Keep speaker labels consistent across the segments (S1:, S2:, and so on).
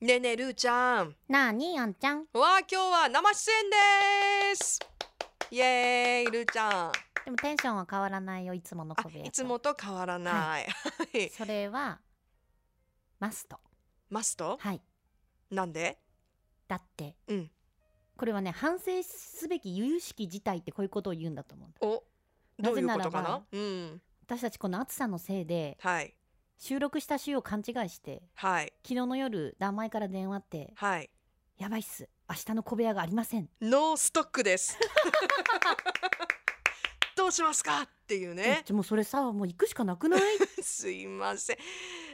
S1: ねえねえるーちゃん
S2: なあにあんちゃん
S1: わあ今日は生出演ですイエーイるーちゃん
S2: でもテンションは変わらないよいつもの
S1: あ
S2: 小部屋と
S1: いつもと変わらない、はい、
S2: それはマスト
S1: マスト
S2: はい
S1: なんで
S2: だって
S1: うん
S2: これはね反省すべき由々しき事態ってこういうことを言うんだと思う
S1: おどういうことかな
S2: なぜならば
S1: うん
S2: 私たちこの暑さのせいで
S1: はい
S2: 収録した週を勘違いして
S1: はい
S2: 昨日の夜名前から電話って
S1: はい
S2: 「やばいっす明日の小部屋がありません
S1: ノーストックです どうしますかっていう」ね
S2: えもうそれさもう行くしかなくない
S1: すいません。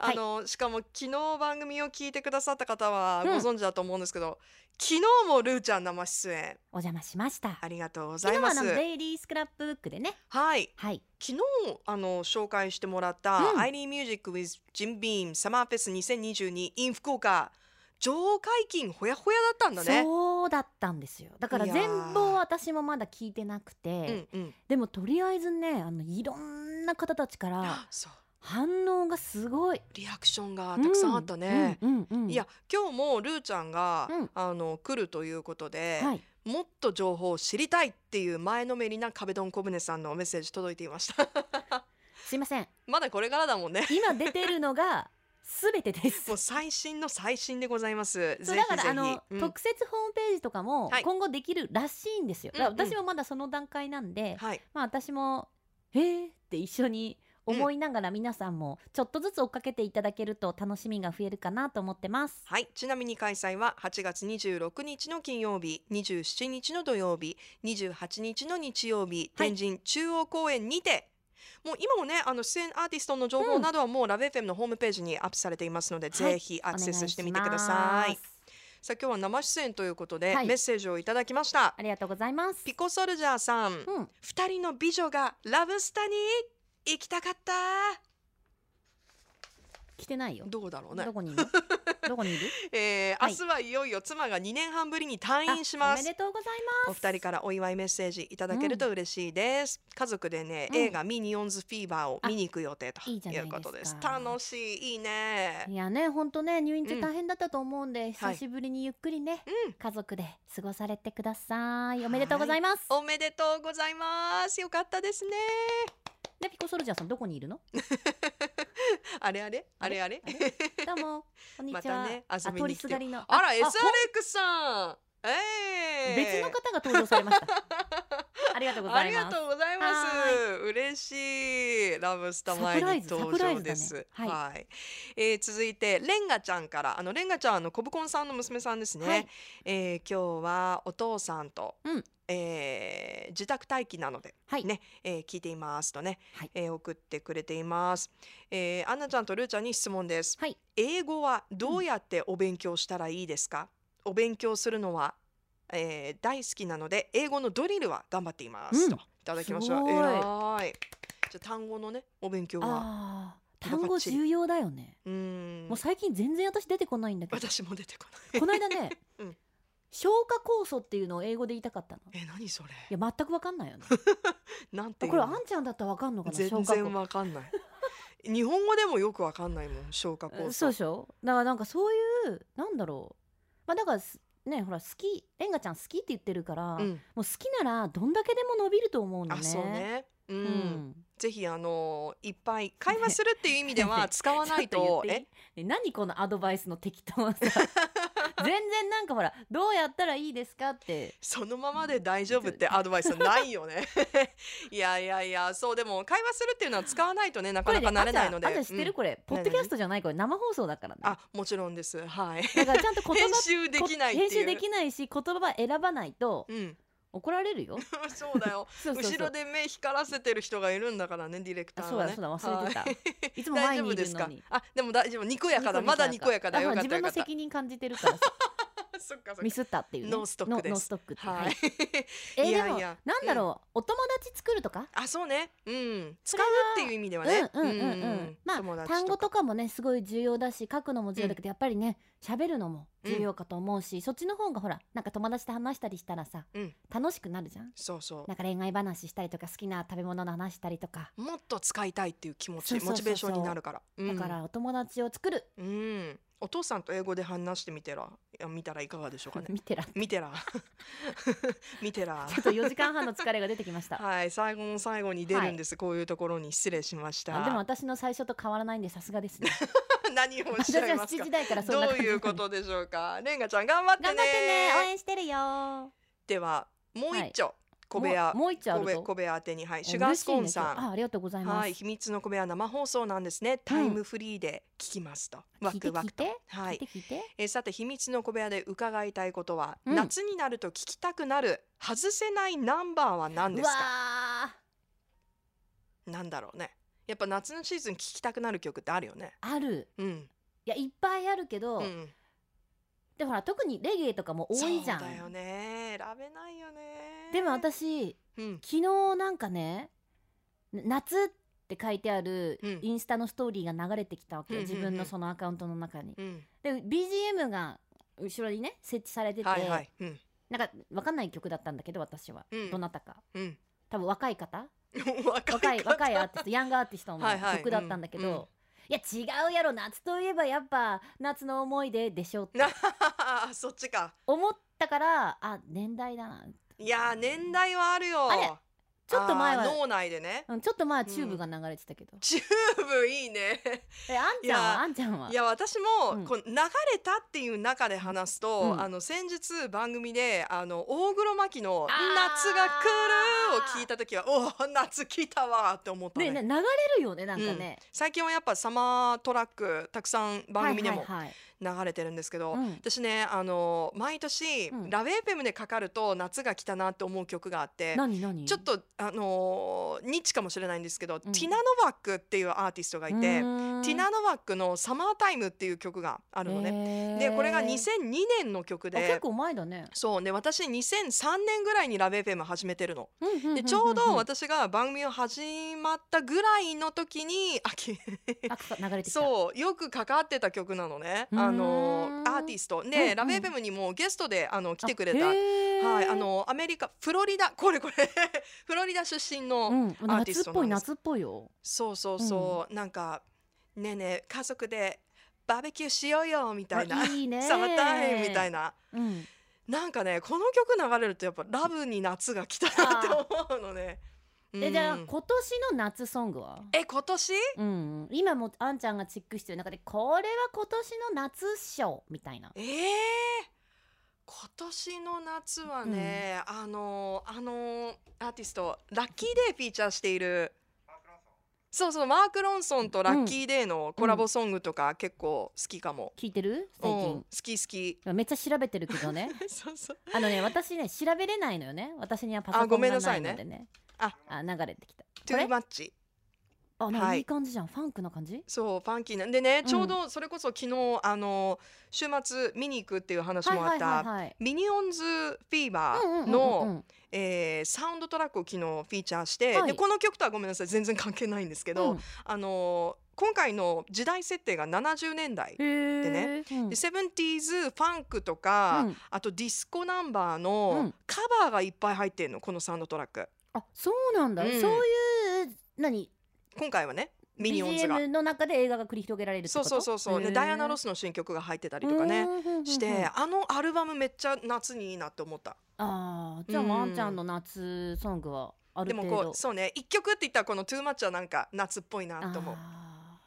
S2: は
S1: あ
S2: い
S1: の、しかも昨日番組を聞いてくださった方は
S2: う
S1: ご
S2: ん
S1: 存知だと思うんですけど、昨日もルーちゃん生出演
S2: お邪魔しました
S1: ありがとうござ
S2: 昨
S1: い
S2: 日
S1: ま
S2: はあ
S1: す
S2: の。デイリースクラップブックでね
S1: はい、
S2: はい
S1: 昨日あの紹介してもらった、
S2: うん
S1: アイリーミュージック with ジンビームサマーフェス2022 in 福岡上解禁ほやほやだったんだね。
S2: そうだったんですよだから
S1: いや
S2: 全
S1: ー
S2: 貌は私もまだ聞いてなくて、
S1: うんうん。
S2: でもとりあえずねあのいろんな方たちから
S1: そう
S2: 反応がすごい
S1: リアクションがたくさんあったね。
S2: うんうんうんうん
S1: いや今日もルーちゃんが、
S2: うん
S1: あの来るということで、
S2: はい
S1: もっと情報を知りたいっていう前のめりな壁ドン小舟さんのメッセージ届いていました
S2: すいません
S1: まだこれからだもんね
S2: 今出てるのが全てです
S1: もう最新の最新でございます
S2: そう
S1: ぜ
S2: だ
S1: ひ
S2: から
S1: ぜ
S2: あの、
S1: ひ、うん
S2: 特設ホームページとかも
S1: はい
S2: 今後できるらしいんですよ、だから
S1: うんうん
S2: 私はまだその段階なんで、
S1: はい
S2: まあ私もえーって一緒に思いながら皆さんもちょっとずつ追っかけていただけると楽しみが増えるかなと思ってます
S1: はいちなみに開催は8月26日の金曜日27日の土曜日28日の日曜日
S2: はい
S1: 天神中央公園にて、もう今もねあの出演アーティストの情報などはもうラブ FM のホームページにアップされていますので、
S2: はい
S1: ぜひアク
S2: お願
S1: セ
S2: い
S1: スしてみてください
S2: します
S1: さあ今日は生出演ということで、
S2: はい
S1: メッセージをいただきました
S2: ありがとうございます
S1: ピコソルジャーさん
S2: うん
S1: 二人の美女がラブスタに行きたかった
S2: 来てないよ
S1: どうだろうね
S2: ど、こにいるどこにいる
S1: えー
S2: はい
S1: 明日はいよいよ妻が2年半ぶりに退院し
S2: あ
S1: ま
S2: おめ
S1: す
S2: でとうござい
S1: お二人からお祝いメッセージいただけると嬉しいです、家族でね、
S2: うん
S1: 映画ミニオンズフィーバーを
S2: あ
S1: 見に行く予定と
S2: いいじゃないいうですか
S1: ことです楽しいいいね
S2: ますいやね本当ね入院
S1: う
S2: 中
S1: ん
S2: 大変だったと思うんで、
S1: はい
S2: 久しぶりにゆっくりね、
S1: うん
S2: 家族で過ごされてくださいおめでとうございます
S1: おめでとうございますよかったですね
S2: でピコソルジャーさんどこにい るの
S1: あれあれあれあれ
S2: あどうもこんにちは、
S1: またね遊
S2: あ
S1: び
S2: 通
S1: に
S2: り
S1: 来
S2: す
S1: て
S2: がりの
S1: あら
S2: エ
S1: SRX さんえー
S2: 別の方が登場され ましたありがとうご
S1: あ
S2: ざ
S1: り
S2: い
S1: が
S2: ます
S1: とうございます
S2: は。
S1: 嬉しいラブスタ前に登
S2: サプライ
S1: 場
S2: ズ
S1: です。
S2: サプラ
S1: はい、
S2: イズだね
S1: えー続いてレンガちゃんからあのレンガちゃんあのコブコンさんの娘さんですね。
S2: はい
S1: えー今日はお父さんと、
S2: うん
S1: えー自宅待機なので、
S2: はい
S1: ね、えー聞いていますとね、
S2: はい
S1: えー送ってくれています。えーアンナちゃんとルーちゃんに質問です。
S2: はい
S1: 英語はどうやってお勉強したらいいですか。お勉強するのは、えー大好きなので英語のドリルは頑張っています。
S2: うん
S1: といただきました。
S2: すごい
S1: えらい。じゃあ単語のねお勉強は。
S2: あー
S1: こん
S2: 単
S1: な感
S2: 語
S1: じ
S2: 重要だよね
S1: うーん
S2: もう。最近全然私出てこないんだけど
S1: 私も出てこ ない。
S2: この間ね、
S1: うん
S2: 消化酵素っていうのを英語で言いたかったのい
S1: え何それ。
S2: や全く分か んないよね
S1: なんてい
S2: こ
S1: う
S2: れあ
S1: の。
S2: んちゃんだったら分かんのかな
S1: 全
S2: 消化
S1: 然
S2: 酵
S1: わかんない。 日本語でもよくわかんないもん消化酵素。
S2: 素そうでしょだからなんかそういうなんだろうまあだからすねほら好きレンガちゃん好きって言ってるから、
S1: う。
S2: もうん好きならどんだけでも伸びると思うの
S1: あ
S2: ね
S1: そうね。う。
S2: うんん、
S1: ぜひあのいっぱい会話するっていう意味では 使わない
S2: ちょっ
S1: と。
S2: 言ってい
S1: え
S2: いね何このアドバイスの適当 さ全然なんかほらどうやったらいいですかって
S1: そのままで大丈夫ってアドバイスはないよね。 いやいやいや、そうでも会話するっていうのは使わないとね、なか
S2: これ
S1: な
S2: ね
S1: かなれないので。
S2: あんちゃんあんちゃん知ってる
S1: うん
S2: これ、ポッドキャストじゃないこれ生放送だからね
S1: あ、もちろんです。はい。
S2: だからちゃんと言
S1: 編
S2: 葉
S1: 集できないっていう。
S2: 編集できないし言葉選ばないと
S1: うん、
S2: 怒られるよ
S1: そうだよ。
S2: そうそうそう
S1: 後ろで目光らせてる人がいるんだからね、ディレクタ
S2: あ
S1: ー
S2: そう
S1: が
S2: だ
S1: ね。
S2: そうだ忘れてた
S1: はい
S2: いつも
S1: 大
S2: 前
S1: 丈
S2: に
S1: 夫
S2: い
S1: で
S2: る
S1: す
S2: の
S1: か
S2: に。
S1: あ、でも大丈夫。にこやかだ。まだにこやかだ。
S2: あ
S1: よ
S2: ほ
S1: からっ
S2: 自
S1: たよ
S2: 分
S1: か
S2: の
S1: った。
S2: 責任感じてるからさ
S1: そっかそっ
S2: ミ
S1: か。
S2: スったっていうね
S1: ノーストックです
S2: ノノーストックって
S1: は
S2: はいい。
S1: い
S2: えー
S1: や
S2: でも
S1: いや
S2: なんだろうお友達作るとか
S1: あ、そうね。うん。
S2: そ
S1: 使
S2: れ
S1: う
S2: は
S1: っていう意味ではね。
S2: うんうんうんうんまあ
S1: 友達
S2: 単語とかもねすごい重要だし書くのも重要だけどやっぱりね喋るのも重要かと思うしそっちの方がほらなんか友達と話したりしたらさ
S1: うん
S2: 楽しくなるじゃん
S1: そうそう。
S2: なんか恋愛話したりとか好きな食べ物の話したりとか
S1: もっと使いたいっていう気持ち
S2: そうそうそ
S1: モ
S2: うそう
S1: チベーションになるから
S2: だか、らお友達を作る
S1: うんうんお父さんと英語で話してみてらいや見たらいかがでしょうかね
S2: 見て らちょ
S1: 見てら見てら
S2: っと4時間半の疲れが出てきました
S1: はい最後の最後に出るんです、こういうところに失礼しまし
S2: あでも
S1: た
S2: 私の最初と変わらないんでさすがですね
S1: 何をおっ
S2: 私
S1: し
S2: は
S1: ゃいます
S2: 7
S1: か
S2: 時台からそん
S1: ど
S2: な
S1: う
S2: 感じ
S1: いうこ
S2: なんで
S1: とでしょうかレンガちゃん頑張ってね
S2: 頑張ってね応援してるよ
S1: ではもう一丁、小部
S2: も
S1: 屋
S2: うもう一丁あ
S1: 小
S2: る
S1: 部屋
S2: と
S1: 小部屋宛てにはい
S2: お
S1: シュガースコーン
S2: 嬉
S1: さ
S2: しいね
S1: ん
S2: あありがとうございます、
S1: はい秘密の小部屋生放送なんですねタイムフリーで聞きますと、ワ
S2: 聞いて
S1: クワ
S2: 聞い
S1: ク
S2: て
S1: は
S2: 聞い
S1: い
S2: て聞いて
S1: えーさて秘密の小部屋で伺いたいことは、
S2: うん
S1: 夏になると聞きたくなる外せないナンバーは何
S2: う
S1: で
S2: わ
S1: すかなんだろうねやっぱ夏のシーズン聞きたくなる曲ってあるよね
S2: ーある
S1: うん
S2: いやいっぱいあるけど、
S1: うん
S2: でほら特にレゲエとかも多いじゃん
S1: そうだよね選べないよね
S2: でも私
S1: うん
S2: 昨日なんかね「な夏」って書いてある
S1: うん
S2: インスタのストーリーが流れてきたわけよ、
S1: うんうんうん
S2: 自分のそのアカウントの中に。
S1: うん
S2: で BGM が後ろにね設置されてて、
S1: はいはいうん
S2: なんか分かんない曲だったんだけど私は、
S1: うん
S2: どなたか
S1: うん
S2: 多分若い方
S1: 若
S2: 若
S1: い
S2: い
S1: 方
S2: 若いアーティストヤングアーティストの
S1: はいはい
S2: 曲だったんだけど、
S1: うん
S2: いや違うやろ夏といえばやっぱ夏の思い出でしょっ て
S1: なそっちか
S2: 思ったからあ年代だない
S1: やー年代はあるよ
S2: あれちょっと前は
S1: あー脳内でね
S2: うんちょっと前はチューブが流れてたけど、
S1: チューブいいね
S2: えあんちゃん
S1: いや
S2: はあんちゃんはい
S1: や私
S2: うん
S1: もこう流れたっていう中で話すと、
S2: うん
S1: あの先日番組であの大黒摩季の「
S2: あー
S1: 夏が来る」を聞いた時は「おー夏来たわ」って思った
S2: ね
S1: ね
S2: えね流れるよねなんかね、
S1: 最近はやっぱサマートラックたくさん番組でも
S2: はいはい
S1: 流れてるんですけど、
S2: はいうん
S1: 私ねあの毎年、
S2: うん
S1: ラブエペムでかかると夏が来たなって思う曲があって
S2: 何何
S1: ちょっとあのーニッチかもしれないんですけど、
S2: うん
S1: ティナ・ノバックっていうアーティストがいて、
S2: うーん
S1: ティナ・ノバックの「サマータイム」っていう曲があるのね。
S2: へー
S1: でこれが2002年の曲
S2: あ結
S1: で
S2: 構前だね、
S1: そうね私2003年ぐらいにラベフェム始めてるの。
S2: うんうんうんうん
S1: でちょうど私が番組を始まったぐらいの時にあき
S2: あか流れてきた
S1: そうよくかかってた曲なのね
S2: うーん
S1: あのアーティストで、
S2: うんうん
S1: ラベフェムにもゲストであの来てくれた。
S2: あ
S1: は
S2: へ
S1: い
S2: ー
S1: あのアメリカフロリダこれ これフロリダ出身の、
S2: うん、
S1: アーティ
S2: 夏
S1: ス
S2: っ
S1: ト
S2: ぽい
S1: なんです
S2: 夏っぽいよ
S1: そうそうそう、なんかねえねえ家族でバーベキューしようよみたいな
S2: あいいね
S1: サマータイムみたいな
S2: うん、
S1: なんかねこの曲流れるとやっぱラブに夏が来たなって思うのね。う
S2: え
S1: ん
S2: じゃあ今年の夏ソングは
S1: え今年
S2: うん、今もあんちゃんがチェックしてる中でこれは今年の夏っしょみたいな
S1: えー、今年の夏はね、あのあのアーティストラッキーデーフィーチャーしているそうそうマーク・ロンソンとラッキーデーのコラボソングとか結構好きかも。
S2: 聞いてる
S1: う
S2: 最
S1: ん、
S2: 近
S1: 好き好 き。
S2: めっちゃ調べてるけどね
S1: そうそう
S2: あのね私ね調べれないのよね私にはパソコ
S1: あご
S2: ン
S1: めん
S2: が
S1: なさ
S2: ないい
S1: ね
S2: のでね
S1: あ
S2: あ流れてきた
S1: トゥ
S2: こ
S1: ー
S2: れ
S1: マッチ
S2: あなんか
S1: はい
S2: いい感じじゃん、ファンクな感じ
S1: そうファンキーなんでね
S2: ん
S1: ちょうどそれこそ昨日、あの週末見に行くっていう話
S2: はい
S1: もあ
S2: は
S1: っ
S2: いはい
S1: た
S2: はい
S1: ミニオンズフィーバ
S2: うんうんうん
S1: ー
S2: うんう
S1: の
S2: ん
S1: えーサウンドトラックを昨日フィーチャーして、
S2: はい
S1: でこの曲とはごめんなさい全然関係ないんですけど、
S2: うん
S1: あのー今回の時代設定が70年代
S2: へ。ー
S1: でね
S2: うん
S1: でセブンティーズファンクとか、
S2: うん
S1: あとディスコナンバー
S2: う
S1: の
S2: ん
S1: カバーがいっぱい入ってるのこのサウンドトラック
S2: あそうなんだ、
S1: うん
S2: そういう何
S1: 今回はねミニオンズが
S2: BGM の中で映画が繰り広げられるって
S1: そう
S2: こと
S1: そうそうそうでダイアナ・ロスの新曲が入ってたりとかね
S2: ね
S1: してあのアルバムめっちゃ夏にいいなって思った
S2: あーじゃあ
S1: うん
S2: もうあんちゃんの夏ソングはあ
S1: で
S2: る
S1: も
S2: 程
S1: こ
S2: 度
S1: うそうね一曲って言ったらこの「Too Much」はなんか夏っぽいなと思う
S2: あー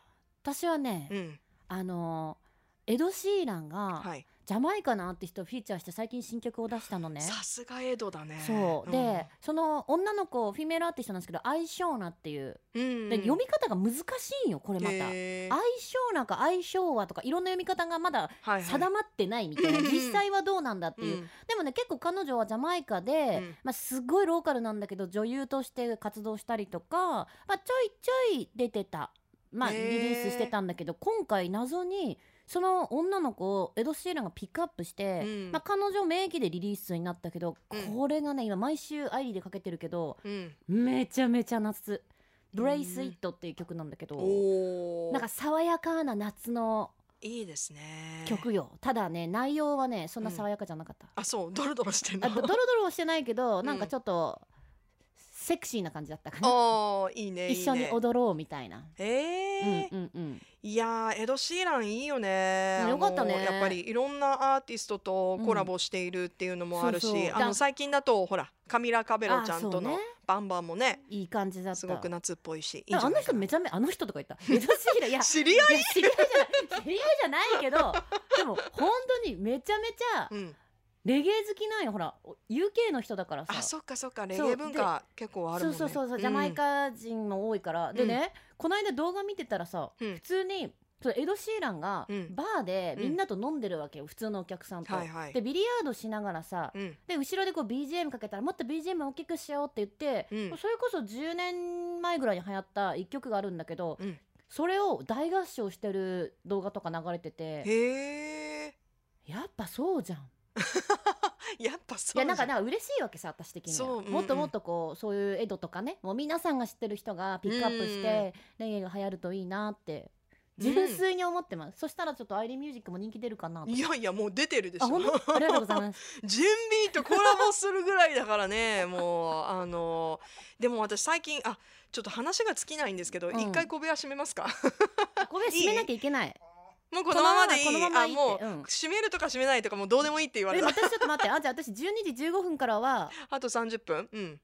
S2: 私はね、
S1: うん
S2: あのーエド・シーランが
S1: はい
S2: ジャマイカのアーティストをフィーチャーして最近新曲を出したのね。
S1: さすがエドだね
S2: そう、
S1: ん
S2: でその女の子フィメールアーティストなんですけどアイショーナっていう、
S1: うん
S2: で読み方が難しいんよこれまた。
S1: へー
S2: 相性なんか相性はとかいろんな読み方がまだ
S1: はいはい
S2: 定まってないみたいな、
S1: うんうん
S2: 実際はどうなんだって
S1: う
S2: いう、
S1: ん
S2: でもね結構彼女はジャマイカで、
S1: うん
S2: まあ、すごいローカルなんだけど女優として活動したりとか、まあ、ちょいちょい出てた、まあ、
S1: へ
S2: リ
S1: ー
S2: リースしてたんだけど今回謎にその女の子をエド・シーランがピックアップして、
S1: うん
S2: まあ、彼女名義でリリースになったけど、
S1: うん
S2: これがね今毎週アイリーでかけてるけど
S1: うん
S2: めちゃめちゃ夏「
S1: うん
S2: Brace It」っていう曲なんだけど。
S1: おお
S2: なんか爽やかな夏の
S1: いいですね
S2: 曲よ、ただね内容はねそんな爽やかじゃなかった、
S1: あそうドロドロしてん
S2: あド
S1: の
S2: ドロドロはしてないけどなんかちょっとセクシーな感じだったか な
S1: おーいいねいいね
S2: 一緒に踊ろうみたいな。
S1: え
S2: う
S1: ー
S2: んうんうん、
S1: いやーエド・シーランいいよね
S2: ねよかったね
S1: あのやっぱりいろんなアーティストとコラボしているっていうのもあるし、
S2: うんそうそう
S1: あの最近だとほらカミラ・カベロちゃんと
S2: あそ
S1: の
S2: うね
S1: バンバンもね
S2: いい感じだった
S1: すごく夏っぽいしいいんじ
S2: だか
S1: ゃ
S2: らあ
S1: な
S2: の
S1: いか
S2: 人
S1: な
S2: めちゃめあの人とか言ったエド・シーランいや
S1: 知り合い、
S2: いや知り合いじゃない知り合いじゃないけどでも本当にめちゃめちゃ
S1: うん、
S2: レゲエ好きなんよほら UK の人だからさ
S1: あそっかそっかレ
S2: そう
S1: ゲエ文化結構あるもんね
S2: そうそうそうそうジャマイカ人も多いから、でねこの間動画見てたらさ、
S1: うん
S2: 普通にそうエド・シーランが
S1: うん
S2: バーでみんなと飲んでるわけよ、普通のお客さんと。
S1: はいはい
S2: でビリヤードしながらさ、
S1: うん
S2: で後ろでこう BGM かけたらもっと BGM 大きくしようって言って、
S1: うん
S2: それこそ10年前ぐらいに流行った一曲があるんだけど、
S1: うん
S2: それを大合唱してる動画とか流れてて
S1: へえ
S2: やっぱそうじゃん。
S1: やっぱそう
S2: いやなんか
S1: じゃ
S2: なんか嬉しいわけさ私的には
S1: そううんうん
S2: もっともっとこうそういうエドとかねもう皆さんが知ってる人がピックアップしてレゲエが流行るといいなって純粋に思ってます、そしたらちょっとアイリーンミュージックも人気出るかなと
S1: いやいやもう出てるでし
S2: あ
S1: ょ
S2: 本当ありがとうござ います
S1: 準備とコラボするぐらいだからねもう あのでも私最近あちょっと話が尽きないんですけど、
S2: うん
S1: 一回小部屋閉めますか
S2: あこれ
S1: いい
S2: 閉めなきゃいけない
S1: もうこのままでいい
S2: このままいい
S1: あ
S2: このままいいっ
S1: も
S2: て
S1: う、
S2: うん
S1: 閉めるとか閉めないとかもうどうでもいいって 言われ
S2: でも
S1: た
S2: 私ちょっと待ってあじゃあ私12時15分からは
S1: あと30分うん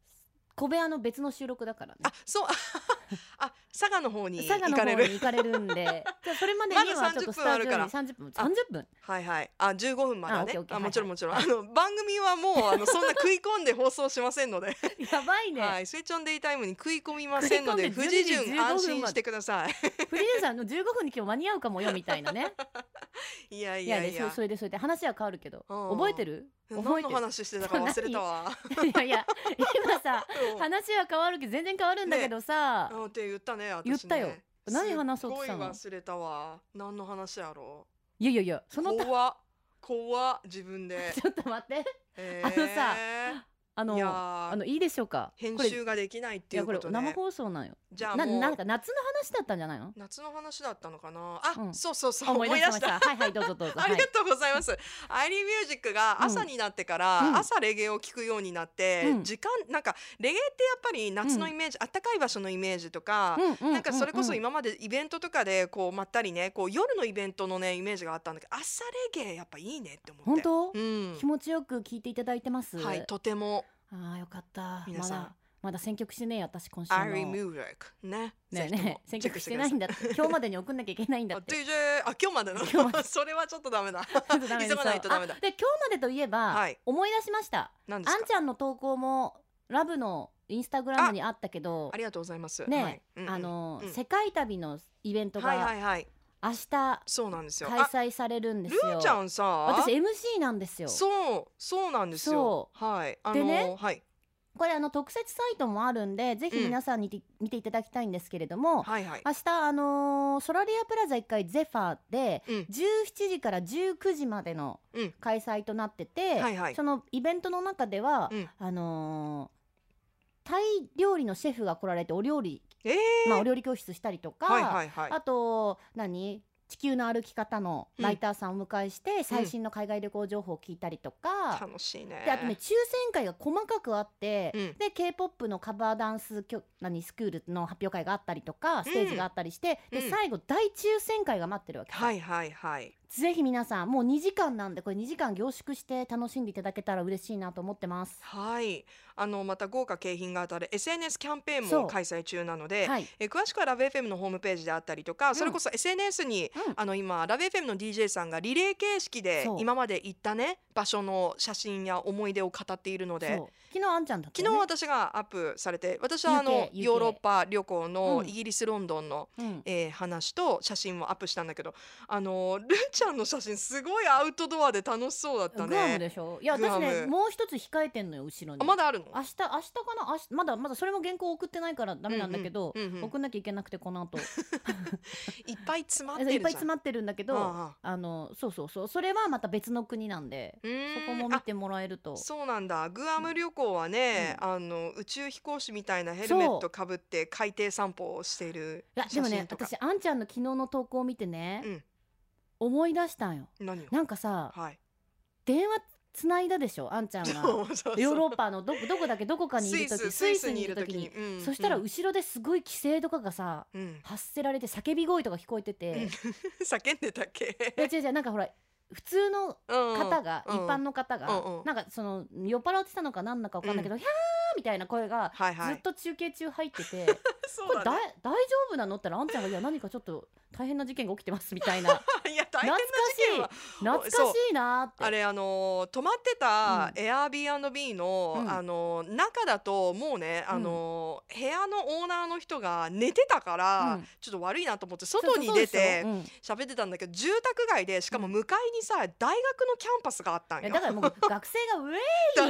S2: 小部屋の別の収録だからね
S1: あそう あ佐賀の方に
S2: 佐賀
S1: 行
S2: の
S1: か
S2: 方
S1: れ
S2: に
S1: る
S2: 行かれるん でじゃあそれまでにはちょっとスタジオ
S1: ま
S2: に
S1: だ
S2: 30分
S1: あ
S2: 30分
S1: はいはいあ15分まではね
S2: あオッケーオッケー
S1: あもちろん
S2: は
S1: もちろん、あの番組はもうあのそんな食い込んで放送しませんので
S2: やば いね、
S1: はい、スイッチオンデイタイムに食い込みませんので、
S2: 食い
S1: 不
S2: 込んで
S1: 二
S2: 12時
S1: 順安心してくださ
S2: フリーレンさんの15分に今日間に合うかもよみたいな ね
S1: い。いやい
S2: いや
S1: や
S2: い
S1: い
S2: やそ
S1: や
S2: う。それでそれで話は変わるけど
S1: うん
S2: 覚えてる 覚え
S1: 何
S2: て
S1: の
S2: る
S1: 話してたか忘れた わ。
S2: いやいや今さ
S1: うん
S2: 話は変わるけど全然変わるんだけどさ、
S1: うんって言ったね、私ね
S2: 言ったよ何話そうと
S1: すっ
S2: したの
S1: ごい忘れたわ。何の話やろ
S2: いやいやいや
S1: う。
S2: その他。
S1: 怖っ怖っ自分で
S2: ちょっと待って
S1: え
S2: あのさ
S1: ー
S2: あ
S1: いや
S2: の
S1: ー
S2: あのいいでしょうか
S1: 編
S2: これ
S1: 集ができないっ
S2: い
S1: てい
S2: や
S1: う
S2: こ
S1: こ
S2: れ
S1: と
S2: 生
S1: ね。
S2: 放送なんよ
S1: じゃあ
S2: な
S1: もう
S2: なんか夏の話だったんじゃないの
S1: 夏の話だったのかな。あ、
S2: うん
S1: そうそうそう
S2: あ
S1: 思い出
S2: ま
S1: し。
S2: したたはいはいどうぞどうぞ
S1: あり
S2: はい
S1: がとうございます。アイリーミュージックが朝になってから、
S2: うん
S1: 朝レゲエを聞くようになって、
S2: うん
S1: 時間なんかレゲエってやっぱり夏のイメージ、あったかい場所のイメージとか。
S2: うんう
S1: なんかそれこそ
S2: うん
S1: 今までイベントとかでこうまったりねこう夜のイベントのねイメージがあったんだけど朝レゲエやっぱいいねって思って
S2: 本当、
S1: うん
S2: 気持ちよく聞いていただいてます、
S1: はいとても
S2: ああよかった
S1: 皆
S2: ま
S1: さん
S2: だまだ選曲してねえよ私今週の
S1: アイリーミュージックね
S2: ねえ
S1: ぜひと
S2: ね
S1: も
S2: え選
S1: チェッ
S2: 曲
S1: クし
S2: してて
S1: く
S2: な
S1: だ
S2: い
S1: さい
S2: んだって今日までに送んなきゃいけないんだ
S1: あ
S2: っ て
S1: DJ あ今日までな
S2: 今日ま
S1: の それはちょっとダメだ
S2: ちょっとダメです
S1: 急がないとダメだ
S2: あで今日までといえば、
S1: はい
S2: 思い出しました
S1: 何です
S2: あ
S1: か
S2: んちゃんの投稿もラブのインスタグラムにあったけど
S1: ありがとうございます
S2: ねえ、
S1: はいうんうん
S2: あの、
S1: うん
S2: 世界旅のイベント
S1: はいは
S2: が
S1: いはい
S2: 明日開
S1: そうなんですよあ
S2: 催されるんです
S1: ル
S2: よ、
S1: ーちゃんさ
S2: 私 MC なんですよ
S1: そうそうなんですよはいあの
S2: でね
S1: はい
S2: これあの特設サイトもあるんでぜひ皆さんにて、見ていただきたいんですけれども、
S1: はいはい
S2: 明日あのーソラリアプラザ1階ゼファーで
S1: うん
S2: 17時から19時までの
S1: うん
S2: 開催となってて、
S1: はいはい
S2: そのイベントの中では、
S1: うん
S2: あのータイ料理のシェフが来られてお料理、
S1: ええ
S2: まあ、お料理教室したりとか、
S1: はいはいはい
S2: あと何地球の歩き方のライターさんをお迎えして、最新の海外旅行情報を聞いたりとか、
S1: 楽しいね
S2: であとね抽選会が細かくあって、
S1: うん
S2: で k p o p のカバーダンスきょ何スクールの発表会があったりとかステージがあったりして、
S1: うんう
S2: で
S1: ん
S2: 最後大抽選会が待ってるわけ、
S1: はいはいはい
S2: ぜひ皆さんもう2時間なんでこれ2時間凝縮して楽しんでいただけたら嬉しいなと思ってます。
S1: はいあのまた豪華景品が当たる SNS キャンペーン
S2: そう
S1: も開催中なので
S2: はい、
S1: え詳しくはラブ FM のホームページであったりとかそれこそ SNS に
S2: うん
S1: あの今ラブ FM の DJ さんがリレー形式で
S2: そう
S1: 今まで行ったね場所の写真や思い出を語っているので
S2: そう昨日あんちゃんだった
S1: 昨日
S2: よ、ね、
S1: 私がアップされて私はあの
S2: UK
S1: ヨーロッパ旅行の
S2: うん
S1: イギリスロンドンの、
S2: 昨日、うん、
S1: えー話と写真もアップしたんだけどあのルンちゃんの写真すごいアウトドアで楽しそうだった
S2: グアム
S1: ね。
S2: でしょいや
S1: グア
S2: 私
S1: ム
S2: ねもう一つ控えてんのよ後ろに
S1: あまだあるの
S2: 明日明日かな明日まだまだそれも原稿送ってないからダメなんだけど、
S1: うんうんうんうん
S2: 送んなきゃいけなくてこの 後
S1: いっぱい詰まって
S2: い
S1: る
S2: っ
S1: じゃん。
S2: ぱい詰まってるんだけど
S1: ああ
S2: あのそうそうそうそれはまた別の国なんで
S1: うーん
S2: そこも見てもらえると
S1: あそうなんだグアム旅行はね、あの宇宙飛行士みたいなヘルメットかぶって海底散歩をしている
S2: いやで
S1: 写
S2: もね
S1: 真とか
S2: 私あんちゃんの昨日の投稿を見てね、
S1: うん
S2: 思い出したんよ
S1: 何を
S2: なんかさ
S1: はい
S2: 電話つないだでしょあんちゃんが
S1: そうそうそう
S2: ヨーロッパのどどこだっけどこかにい
S1: ス
S2: る
S1: イ
S2: 時
S1: ススイスにいる時
S2: 時
S1: に、うん
S2: そしたら
S1: うん
S2: 後ろですごい規制とかがさ
S1: うん、
S2: 発せられて叫び声とか聞こえてて、
S1: 叫んでたっけ
S2: いや違う違うなんかほら普通の方
S1: 方
S2: が、
S1: うん
S2: 一般の方が、
S1: うんうん
S2: なんかその酔っ払ってたのかなんだかわかんないけど、ひゃーみたいな声が
S1: はいは
S2: ずっ
S1: い
S2: と中継 中入ってて、
S1: そ
S2: これ
S1: う
S2: だ
S1: だ
S2: い
S1: ね
S2: 大丈夫なのって言ったらあんちゃ んが「いや何かちょっと大変な事件が起きてます」みたいな
S1: いや大変
S2: 懐
S1: な
S2: か
S1: 事件は
S2: しい懐かしいなーって
S1: あれあのー泊まってた
S2: う
S1: Airbnb の、
S2: うん
S1: あのー中だともうねあのー、部屋のオーナーの人が寝てたから、
S2: うん
S1: ちょっと悪いなと思って
S2: そう
S1: 外に出て
S2: そうそうでしょ
S1: 喋ってたんだけど住宅街でしかも向かいにさ大学のキャンパスがあったん
S2: うん、いや
S1: よ
S2: だ。からもう学生がウ ェ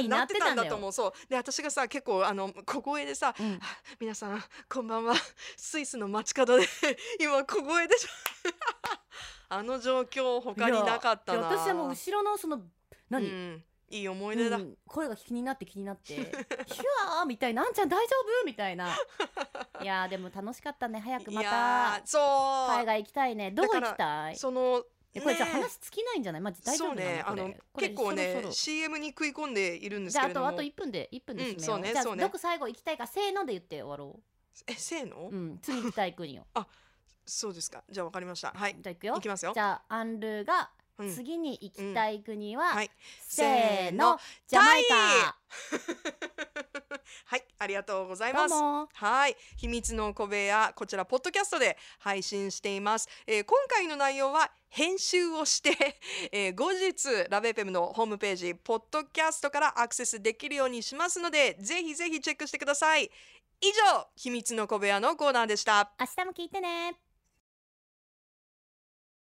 S2: イになってたんだ
S1: と
S2: よ。
S1: 思うそうで私がさ結構あの小声でさ
S2: うん
S1: 「皆さんこんばんはスイスの街角で 今小声でしょ」 あの状況他になかったない
S2: や私はもう後ろのその何、
S1: うんいい思い出だ、
S2: うん声が気になって気になって「 ひゅわー」みたいな「あんちゃん大丈夫?」みた いないやーでも楽しかったね早くま
S1: いやー
S2: た
S1: そう
S2: 海外行きたいねどこ行きたい
S1: その
S2: えこれじゃあ
S1: ね
S2: 話尽きないんじゃないマジ大丈
S1: そ
S2: 夫
S1: う
S2: な
S1: ねあ
S2: のこ
S1: の
S2: れこれ
S1: 結構
S2: そ
S1: ね
S2: ろそろ
S1: CM に食い込んでいるんです
S2: じゃあ
S1: け
S2: あ
S1: れど
S2: と
S1: も
S2: あと1分で1分で締めよう,、
S1: うんそうね
S2: じゃあ
S1: そうね
S2: どこ最後行きたいかせーので言って終わろ
S1: えせーの、
S2: ううん次行きたい国を
S1: そうですかじゃあわかりました はい
S2: じゃあ行く
S1: い
S2: よ
S1: きますよ
S2: じゃあアンルーが
S1: うん
S2: 次に行きたい国は、
S1: うんはい
S2: せーのジャマイカ
S1: はいありがとうござい
S2: ど
S1: ま
S2: う
S1: す
S2: も
S1: はい秘密の小部屋こちらポッドキャストで配信しています、えー今回の内容は編集をして、 えー後日ラベペムのホームページポッドキャストからアクセスできるようにしますのでぜひぜひチェックしてください以上秘密の小部屋のコーナーでした
S2: 明日も聞いてね